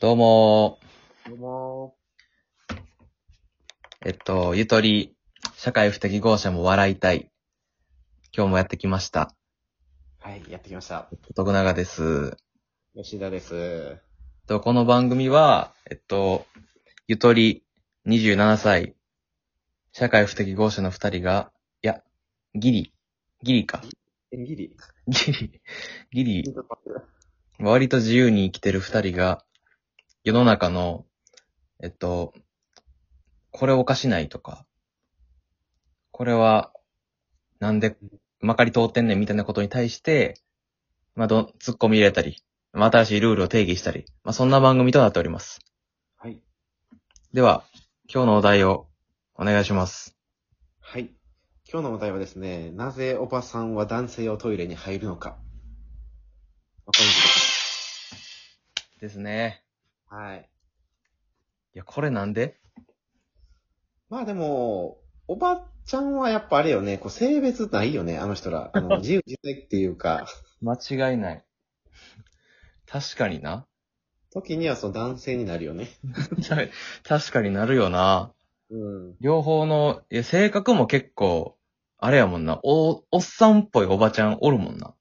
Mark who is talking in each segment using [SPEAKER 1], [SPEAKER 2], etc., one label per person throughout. [SPEAKER 1] どうも
[SPEAKER 2] どうも
[SPEAKER 1] ー、えっと、ゆとり、社会不適合者も笑いたい。今日もやってきました。
[SPEAKER 2] ー。はい、やってきました。
[SPEAKER 1] 徳永です。
[SPEAKER 2] 吉田です。
[SPEAKER 1] と、この番組は、えっと、ゆとり、27歳、社会不適合者の二人が、いや、ギリ、ギリか。
[SPEAKER 2] え、ギリ
[SPEAKER 1] ギリ、ギリ、
[SPEAKER 2] ちょっと待って
[SPEAKER 1] 割と自由に生きてる二人が、世の中の、えっと、これおかしないとか、これは、なんで、まかり通ってんねんみたいなことに対して、まあ、ど、突っ込み入れたり、まあ、新しいルールを定義したり、まあ、そんな番組となっております。
[SPEAKER 2] はい。
[SPEAKER 1] では、今日のお題を、お願いします。
[SPEAKER 2] はい。今日のお題はですね、なぜおばさんは男性をトイレに入るのか。わかります
[SPEAKER 1] ですね。
[SPEAKER 2] かはい。
[SPEAKER 1] いや、これなんで
[SPEAKER 2] まあでも、おばちゃんはやっぱあれよね、こう性別ないよね、あの人ら。あ の、自由自在っていうか、
[SPEAKER 1] 間違いない。確かにな。
[SPEAKER 2] 時にはその男性になるよね。
[SPEAKER 1] 確かになるよな。
[SPEAKER 2] うん。
[SPEAKER 1] 両方の、いや、性格も結構、あれやもんな、お、おっさんっぽいおばちゃんおるもんな。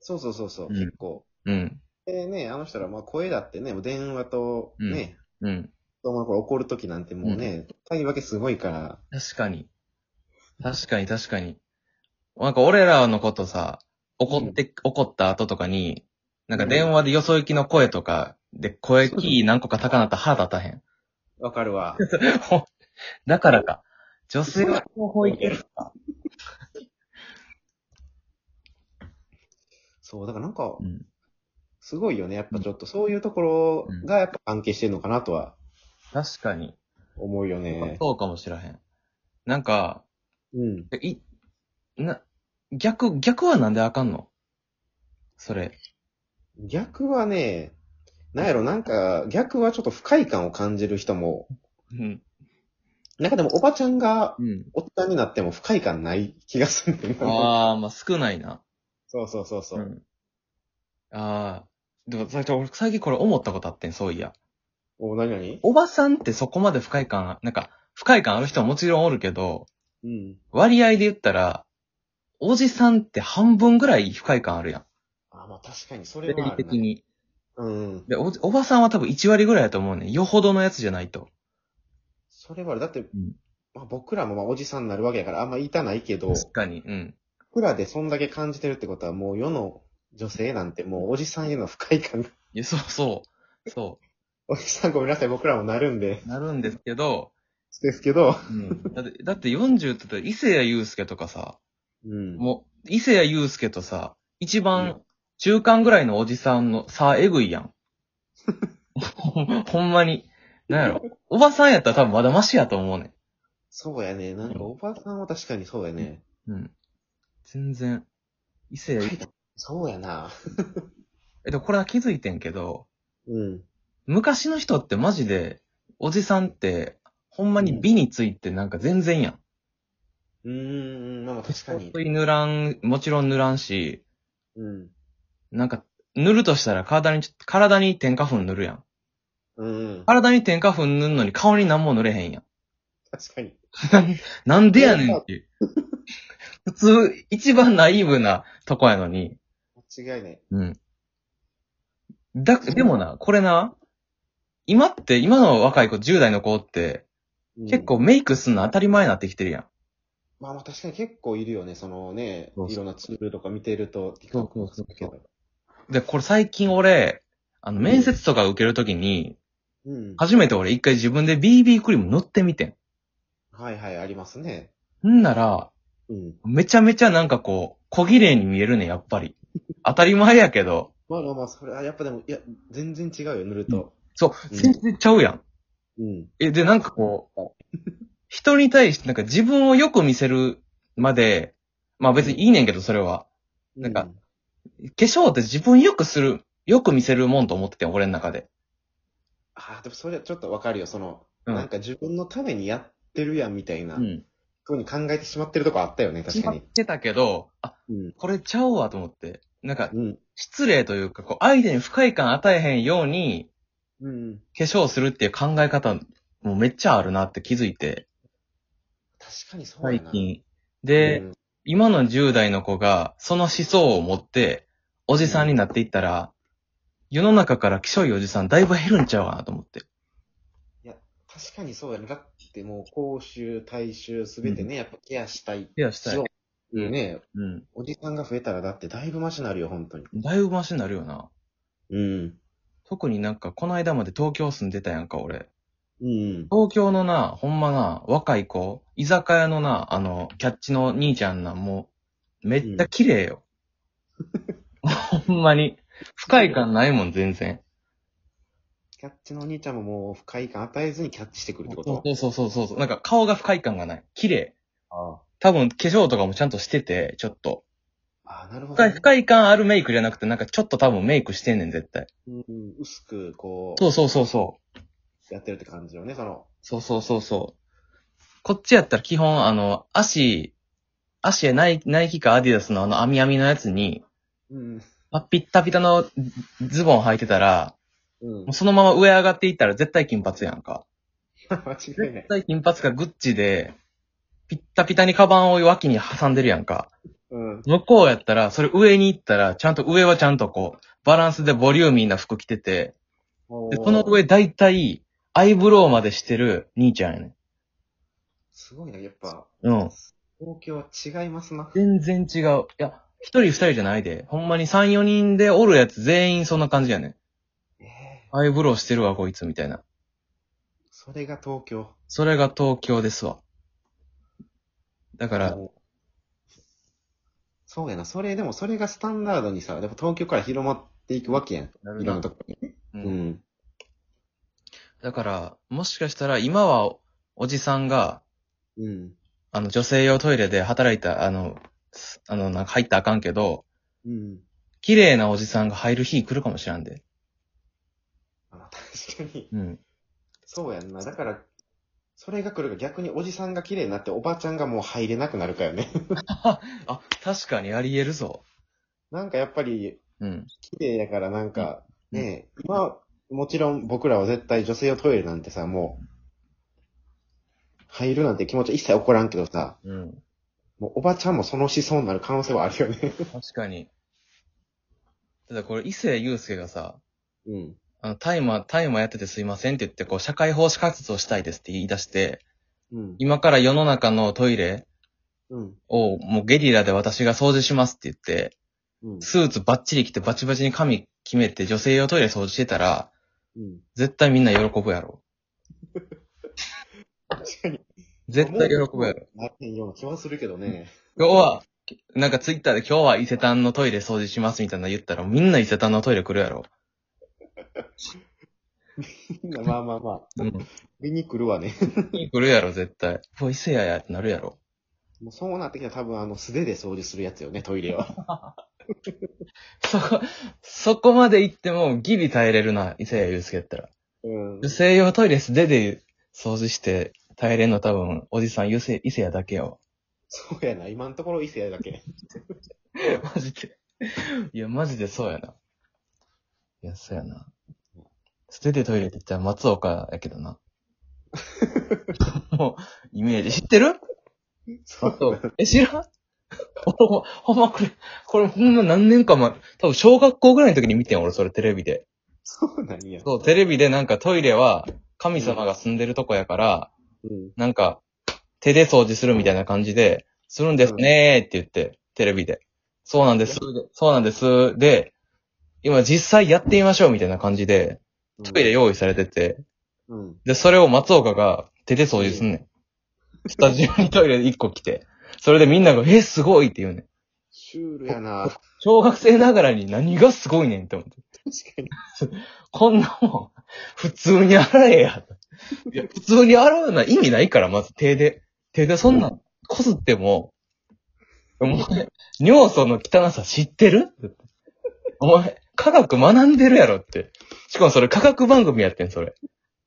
[SPEAKER 2] そうそうそうそう、
[SPEAKER 1] うん
[SPEAKER 2] 結構。
[SPEAKER 1] うん、
[SPEAKER 2] でね、あの人ら、まあ声だってね、もう電話と
[SPEAKER 1] うん
[SPEAKER 2] ね、
[SPEAKER 1] うん。
[SPEAKER 2] 子供の頃怒るときなんてもうね、使い分けすごいから、
[SPEAKER 1] 確かに。確かに確かに。なんか俺らのことさ、怒って、怒った後とかに、なんか電話でよそ行きの声とか、で、声キー何個か高なったら歯立たへん。
[SPEAKER 2] わかるわ。
[SPEAKER 1] ほだからか。女性は両方いける。
[SPEAKER 2] そう、だからなんか
[SPEAKER 1] う、ん。
[SPEAKER 2] すごいよね。やっぱちょっとそういうところがやっぱ関係してるのかなとは
[SPEAKER 1] 確かに。
[SPEAKER 2] 思うよね。
[SPEAKER 1] そうかもしらへん。なんか、
[SPEAKER 2] うん。
[SPEAKER 1] えい、な、逆、逆はなんであかんのそれ。
[SPEAKER 2] 逆はね、なんやろ、なんか、逆はちょっと不快感を感じる人も、
[SPEAKER 1] うん。
[SPEAKER 2] なんかでもおばちゃんが
[SPEAKER 1] うん。
[SPEAKER 2] おっちゃんになっても不快感ない気がするんだよね。
[SPEAKER 1] ああ、まあ少ないな。
[SPEAKER 2] そうそうそうそう。
[SPEAKER 1] ん。ああ。でも、最近俺、最近これ思ったことあってん、そういや。
[SPEAKER 2] お、なになに
[SPEAKER 1] おばさんってそこまで不快感、なんか、不快感ある人ももちろんおるけど、
[SPEAKER 2] うん。
[SPEAKER 1] 割合で言ったら、おじさんって半分ぐらい不快感あるやん。
[SPEAKER 2] あ、まあ確かにそれ
[SPEAKER 1] 生
[SPEAKER 2] は
[SPEAKER 1] 理
[SPEAKER 2] あるな。
[SPEAKER 1] 的に。
[SPEAKER 2] うん。
[SPEAKER 1] でおじ、おばさんは多分1割ぐらいだと思うねん。よほどのやつじゃないと。
[SPEAKER 2] それはあるだって、
[SPEAKER 1] ん
[SPEAKER 2] まあ、僕らもまあおじさんになるわけやからあんま言いたないけど、
[SPEAKER 1] 確かに。うん。
[SPEAKER 2] 僕らでそんだけ感じてるってことはもう世の女性なんてもうおじさんへの不快感が
[SPEAKER 1] いや、そうそう。そ
[SPEAKER 2] おじさんごめんなさい、僕らもなるんで、
[SPEAKER 1] う。なるんですけど、
[SPEAKER 2] ですけど。
[SPEAKER 1] だって、だって40って言ったら、伊勢谷友介とかさ、
[SPEAKER 2] うん
[SPEAKER 1] もう、伊勢谷友介とさ、一
[SPEAKER 2] う
[SPEAKER 1] 番、中間ぐらいのおじさんの差、えぐいやん。ほん ほんまに。なんやろ。おばさんやったら多分まだマシやと思うね
[SPEAKER 2] そうやね。なんかおばさんは確かにそうやね。
[SPEAKER 1] ん。うん。全然。伊勢
[SPEAKER 2] 不
[SPEAKER 1] 谷
[SPEAKER 2] 快、感そうやな。
[SPEAKER 1] えっと、これは気づいてんけど、
[SPEAKER 2] うん。
[SPEAKER 1] 昔の人ってマジで、おじさんって、ほんまに美についてなんか全然やん。
[SPEAKER 2] うーん、まあまあ確かに。
[SPEAKER 1] 塗らん、もちろん塗らんし、
[SPEAKER 2] うん。
[SPEAKER 1] なんか、塗るとしたら体にちょ、体に添加粉塗るやん。
[SPEAKER 2] うん。
[SPEAKER 1] 体に添加粉塗るのに顔に何も塗れへんやん。
[SPEAKER 2] 確かに。
[SPEAKER 1] なんでやねんって いう。普通、一番ナイーブなとこやのに。
[SPEAKER 2] 間違いない。
[SPEAKER 1] うん。だ、でもな、これな、今って、今の若い子、10代の子って、
[SPEAKER 2] うん
[SPEAKER 1] 結構。メイクすんの当たり前になってきてるやん。
[SPEAKER 2] まあまあ確かに結構いるよね。そのね
[SPEAKER 1] そう、そう
[SPEAKER 2] いろんなツールとか見てると。
[SPEAKER 1] そうそうそう
[SPEAKER 2] TikTok とか
[SPEAKER 1] で、これ最近俺、あの、面接とか受けるときに、
[SPEAKER 2] うん。
[SPEAKER 1] 初めて俺一回自分で BB クリーム塗ってみてん。
[SPEAKER 2] はいはい、ありますね。
[SPEAKER 1] んなら、
[SPEAKER 2] うん。
[SPEAKER 1] めちゃめちゃなんかこう、小綺麗に見えるね、やっぱり。当たり前やけど。
[SPEAKER 2] まあまあまあ、それはやっぱでも、いや、全然違うよ、塗ると。
[SPEAKER 1] そう、
[SPEAKER 2] うん
[SPEAKER 1] 全然ちゃうやん。
[SPEAKER 2] うん。
[SPEAKER 1] え、で、なんかこう、人に対して、なんか自分をよく見せるまで、まあ別にいいねんけど、それは。なんか
[SPEAKER 2] う、
[SPEAKER 1] 化粧って自分よくする、よく見せるもんと思っててん、俺の中で。
[SPEAKER 2] ああ、でもそれはちょっとわかるよ。その、
[SPEAKER 1] うん
[SPEAKER 2] なんか自分のためにやってるやんみたいな、
[SPEAKER 1] うん。
[SPEAKER 2] ふうに考えてしまってるとこあったよね、確
[SPEAKER 1] 決
[SPEAKER 2] か
[SPEAKER 1] まっ
[SPEAKER 2] に。
[SPEAKER 1] てたけど、あ、
[SPEAKER 2] うん。
[SPEAKER 1] これちゃうわと思って。なんか、
[SPEAKER 2] うん。
[SPEAKER 1] 失礼というか、こう、相手に不快感与えへんように、
[SPEAKER 2] うん。
[SPEAKER 1] 化粧するっていう考え方もめっちゃあるなって気づいて、
[SPEAKER 2] 確かにそうや
[SPEAKER 1] 最
[SPEAKER 2] な。
[SPEAKER 1] 近。で、
[SPEAKER 2] うん
[SPEAKER 1] 今の10代の子がその思想を持って、おじさんになっていったら、世の中から気性いおじさんだいぶ減るんちゃうかなと思って。
[SPEAKER 2] 確かにそうやね。だってもう、口臭、体臭、すべてね、やっぱケアしたい。
[SPEAKER 1] ケアし
[SPEAKER 2] したよ
[SPEAKER 1] い。
[SPEAKER 2] う。ね、
[SPEAKER 1] うん。
[SPEAKER 2] おじさんが増えたらだってだいぶマシになるよ、本当に。
[SPEAKER 1] だいぶマシになるよな。
[SPEAKER 2] うん。
[SPEAKER 1] 特になんかこの間まで東京住んでたやんか、俺。
[SPEAKER 2] うん。
[SPEAKER 1] 東京のな、ほんまな、若い子、居酒屋のな、あの、キャッチの兄ちゃんな、もう、めっちゃ綺麗よ。ほんまに。不快感ないもん、全然。
[SPEAKER 2] キャッチのお兄ちゃんももう不快感与えずにキャッチしてくるってこ
[SPEAKER 1] そ
[SPEAKER 2] と
[SPEAKER 1] うそうそうそうそう。なんか顔が不快感がない。綺麗。
[SPEAKER 2] あ
[SPEAKER 1] 多分化粧とかもちゃんとしてて、ちょっと。
[SPEAKER 2] ああ、なるほ
[SPEAKER 1] 不
[SPEAKER 2] ど
[SPEAKER 1] 快、
[SPEAKER 2] ね、
[SPEAKER 1] 不快感あるメイクじゃなくて、なんかちょっと多分メイクしてんねん、絶対。
[SPEAKER 2] うん、薄く、こ
[SPEAKER 1] そうそうそうそう。
[SPEAKER 2] う、やってるって感じよね、その。
[SPEAKER 1] そうそうそうそう。こっちやったら基本、あの、足、足やナイナイキかアディダスのあの、網網のやつに、
[SPEAKER 2] うん。
[SPEAKER 1] まあ、ピッタピタのズボン履いてたら、
[SPEAKER 2] うん
[SPEAKER 1] もう。そのまま上上がっていったら絶対金髪やんか。
[SPEAKER 2] 間違いない
[SPEAKER 1] 絶。対金髪かグッチで、ピッタピタにカバンを脇に挟んでるやんか。
[SPEAKER 2] うん。
[SPEAKER 1] 向こうやったら、それ上に行ったら、ちゃんと上はちゃんとこう、バランスでボリューミーな服着てて、で、この上大体、アイブロウまでしてる兄ちゃんやねん。
[SPEAKER 2] すごいな、やっぱ、
[SPEAKER 1] うん。
[SPEAKER 2] 東京は違いますな。
[SPEAKER 1] 全然違う。いや、一人二人じゃないで。ほんまに三、四人でおるやつ全員そんな感じやねん。
[SPEAKER 2] ええ
[SPEAKER 1] アイブロウしてるわ、こいつ、みたいな。
[SPEAKER 2] それが東京。
[SPEAKER 1] それが東京ですわ。だから、
[SPEAKER 2] そうやな、それ、でもそれがスタンダードにさ、やっぱ東京から広まっていくわけやん。
[SPEAKER 1] ない
[SPEAKER 2] ろんなとこに。
[SPEAKER 1] う
[SPEAKER 2] うんん。
[SPEAKER 1] だから、もしかしたら今はおおじさんが、
[SPEAKER 2] うん。
[SPEAKER 1] あの、女性用トイレで働いた、あの、すあの、なんか入ったらあかんけど、
[SPEAKER 2] うん。
[SPEAKER 1] 綺麗なおじさんが入る日来るかもしらんで。
[SPEAKER 2] あ確かに。
[SPEAKER 1] うん。
[SPEAKER 2] そうやんな。だから、それが来るか逆におじさんが綺麗になっておばちゃんがもう入れなくなるかよね。
[SPEAKER 1] あ、確かにあり得るぞ。
[SPEAKER 2] なんかやっぱり、
[SPEAKER 1] うん。
[SPEAKER 2] 綺麗やからなんか、
[SPEAKER 1] うん
[SPEAKER 2] ねえ、今、もちろん僕らは絶対女性用トイレなんてさ、もう、入るなんて気持ちは一切起こらんけどさ、
[SPEAKER 1] うん。
[SPEAKER 2] もうおばちゃんもその思想になる可能性はある よね。
[SPEAKER 1] 確かに。ただこれ、伊勢祐介がさ、
[SPEAKER 2] うん。
[SPEAKER 1] あの、大麻、大麻やっててすいませんって言って、こう、社会奉仕活動したいですって言い出して、
[SPEAKER 2] うん。
[SPEAKER 1] 今から世の中のトイレ
[SPEAKER 2] うん。
[SPEAKER 1] を、もうゲリラで私が掃除しますって言って、
[SPEAKER 2] うん。
[SPEAKER 1] スーツバッチリ着てバチバチに髪決めて女性用トイレ掃除してたら、
[SPEAKER 2] うん。
[SPEAKER 1] 絶対みんな喜ぶや ろ。
[SPEAKER 2] 確かに。
[SPEAKER 1] 絶対喜ぶやろ。
[SPEAKER 2] なってんような気はするけどね。
[SPEAKER 1] 今日は、なんかツイッターで今日は伊勢丹のトイレ掃除しますみたいなの言ったらみんな伊勢丹のトイレ来るやろ。
[SPEAKER 2] まあまあまあ。
[SPEAKER 1] うん。
[SPEAKER 2] 見に来るわね。
[SPEAKER 1] 来るやろ、絶対。うわ、伊勢ややってなるやろ。
[SPEAKER 2] もうそうなってきたら多分あの素手で掃除するやつよね、トイレは。
[SPEAKER 1] そこ、 そこまで行ってもギリ耐えれるな、伊勢谷祐介やったら。
[SPEAKER 2] うん
[SPEAKER 1] 女。性用トイレ素手で掃除して耐えれんの多分、おじさん伊勢、伊勢谷だけやわ。
[SPEAKER 2] そうやな、今のところ伊勢やだけ。
[SPEAKER 1] マジで。いや、マジでそうやな。いや、そうやな。捨ててトイレって言ったら松岡やけどな。 もう、イメージ。知ってる
[SPEAKER 2] そう。
[SPEAKER 1] え、知らん 俺も、ほんまこれ、これほんま何年か前、多分小学校ぐらいの時に見てん、俺それテレビで。
[SPEAKER 2] そうなんや。
[SPEAKER 1] そう、テレビでなんかトイレは神様が住んでるとこやから、
[SPEAKER 2] うん。
[SPEAKER 1] なんか手で掃除するみたいな感じで、するんですねーって言って、テレビで。そうなんです。そうなんです。で、今実際やってみましょうみたいな感じで、トイレ用意されてて、
[SPEAKER 2] うん。
[SPEAKER 1] で、それを松岡が手で掃除すんねん。スタジオにトイレ1個来て、それでみんなが、え、すごいって言うねん。
[SPEAKER 2] シュールやな。確
[SPEAKER 1] 小学生ながらに何がすごいねんって思って。
[SPEAKER 2] かに。
[SPEAKER 1] こんなもん、普通に洗え や。いや、普通に洗うのは意味ないから、まず手で。手でそんなん、こすっても、お前、尿素の汚さ知ってるお前、科学学んでるやろって。しかもそれ科学番組やってん、それ。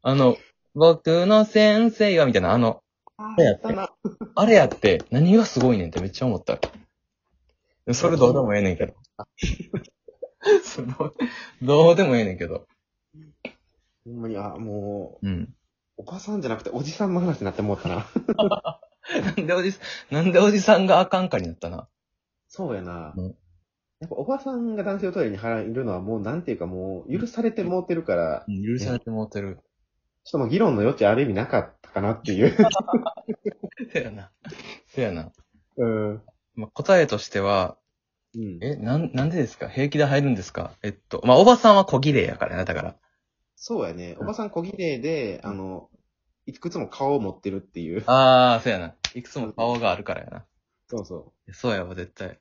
[SPEAKER 1] あの、僕の先生が、みたいな、あの、
[SPEAKER 2] あ
[SPEAKER 1] やって
[SPEAKER 2] な。
[SPEAKER 1] あれやって、何がすごいねんってめっちゃ思った。それどうでもええねんけ ど。そのどうでもええねんけど。
[SPEAKER 2] ほんまに、あ、もう、
[SPEAKER 1] うん。
[SPEAKER 2] おばさんじゃなくておじさんの話になってもう たな。
[SPEAKER 1] なんでおじさん、なんでおじさんがあかんかになったな。
[SPEAKER 2] そうやな
[SPEAKER 1] うん。
[SPEAKER 2] やっぱおばさんが男性をトイレに入るのはもうなんていうかもう許されてもうてるから、
[SPEAKER 1] うん許されてもうてる。
[SPEAKER 2] ちょっともう議論の余地ある意味なかったかなっていう。
[SPEAKER 1] せやな。せやな。
[SPEAKER 2] うん。
[SPEAKER 1] まあ、答えとしては、
[SPEAKER 2] うん。
[SPEAKER 1] え、なん、なんでですか平気で入るんですかえっと、まあ、おばさんは小綺麗やからな、だから。
[SPEAKER 2] そうやね。
[SPEAKER 1] う
[SPEAKER 2] お
[SPEAKER 1] ん
[SPEAKER 2] ばさん小綺麗で、あの、いくつも顔を持ってるっていう。
[SPEAKER 1] あー、そうやな。いくつも顔があるからやな。
[SPEAKER 2] そうそ
[SPEAKER 1] そうやわ、絶対。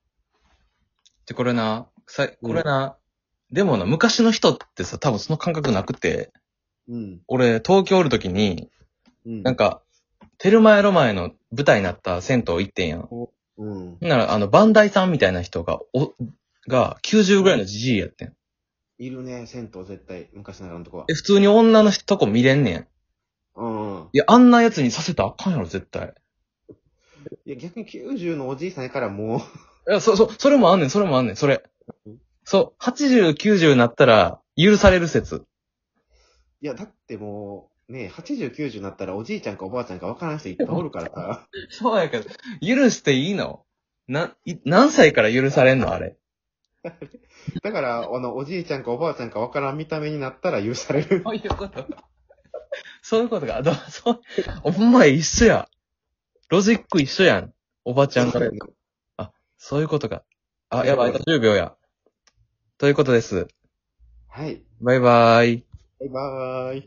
[SPEAKER 1] で、これな、さい、これな、でもな、昔の人ってさ、多分その感覚なくて、
[SPEAKER 2] う。うん。
[SPEAKER 1] 俺、東京おるときに、
[SPEAKER 2] うん。
[SPEAKER 1] なんか、テルマエロマエの舞台になった銭湯行ってんやん。
[SPEAKER 2] うん。
[SPEAKER 1] ほんなら、あの、バンダイさんみたいな人が、お、が、90ぐらいのじじいやってん。
[SPEAKER 2] いるね、銭湯絶対、昔ながらのとこは
[SPEAKER 1] え、。普通に女の人とこ見れんねん。
[SPEAKER 2] うんうん。
[SPEAKER 1] いや、あんな奴にさせたらあかんやろ、絶対。
[SPEAKER 2] いや、逆に90のおじいさんやからも
[SPEAKER 1] いや、そ、そ、それもあんねん、それもあんねん、それ
[SPEAKER 2] うん。
[SPEAKER 1] そう、80、90になったら、許される説。
[SPEAKER 2] う、いや、だってもう、ね、80、90になったらおじいちゃんかおばあちゃんかわからん人いっぱいおるからさ。
[SPEAKER 1] そうやけど、許していいのな、い、何歳から許されんのあれ。
[SPEAKER 2] だから、あの、おじいちゃんかおばあちゃんかわからん見た目になったら許される。
[SPEAKER 1] そういうことか。そういうことか。どそう、お前一緒や。ロジック一緒やん。おばちゃんから。そういうことか。あ、やばい、あと10秒や。ということです。
[SPEAKER 2] はい。
[SPEAKER 1] バイバーイ。
[SPEAKER 2] バイバーイ。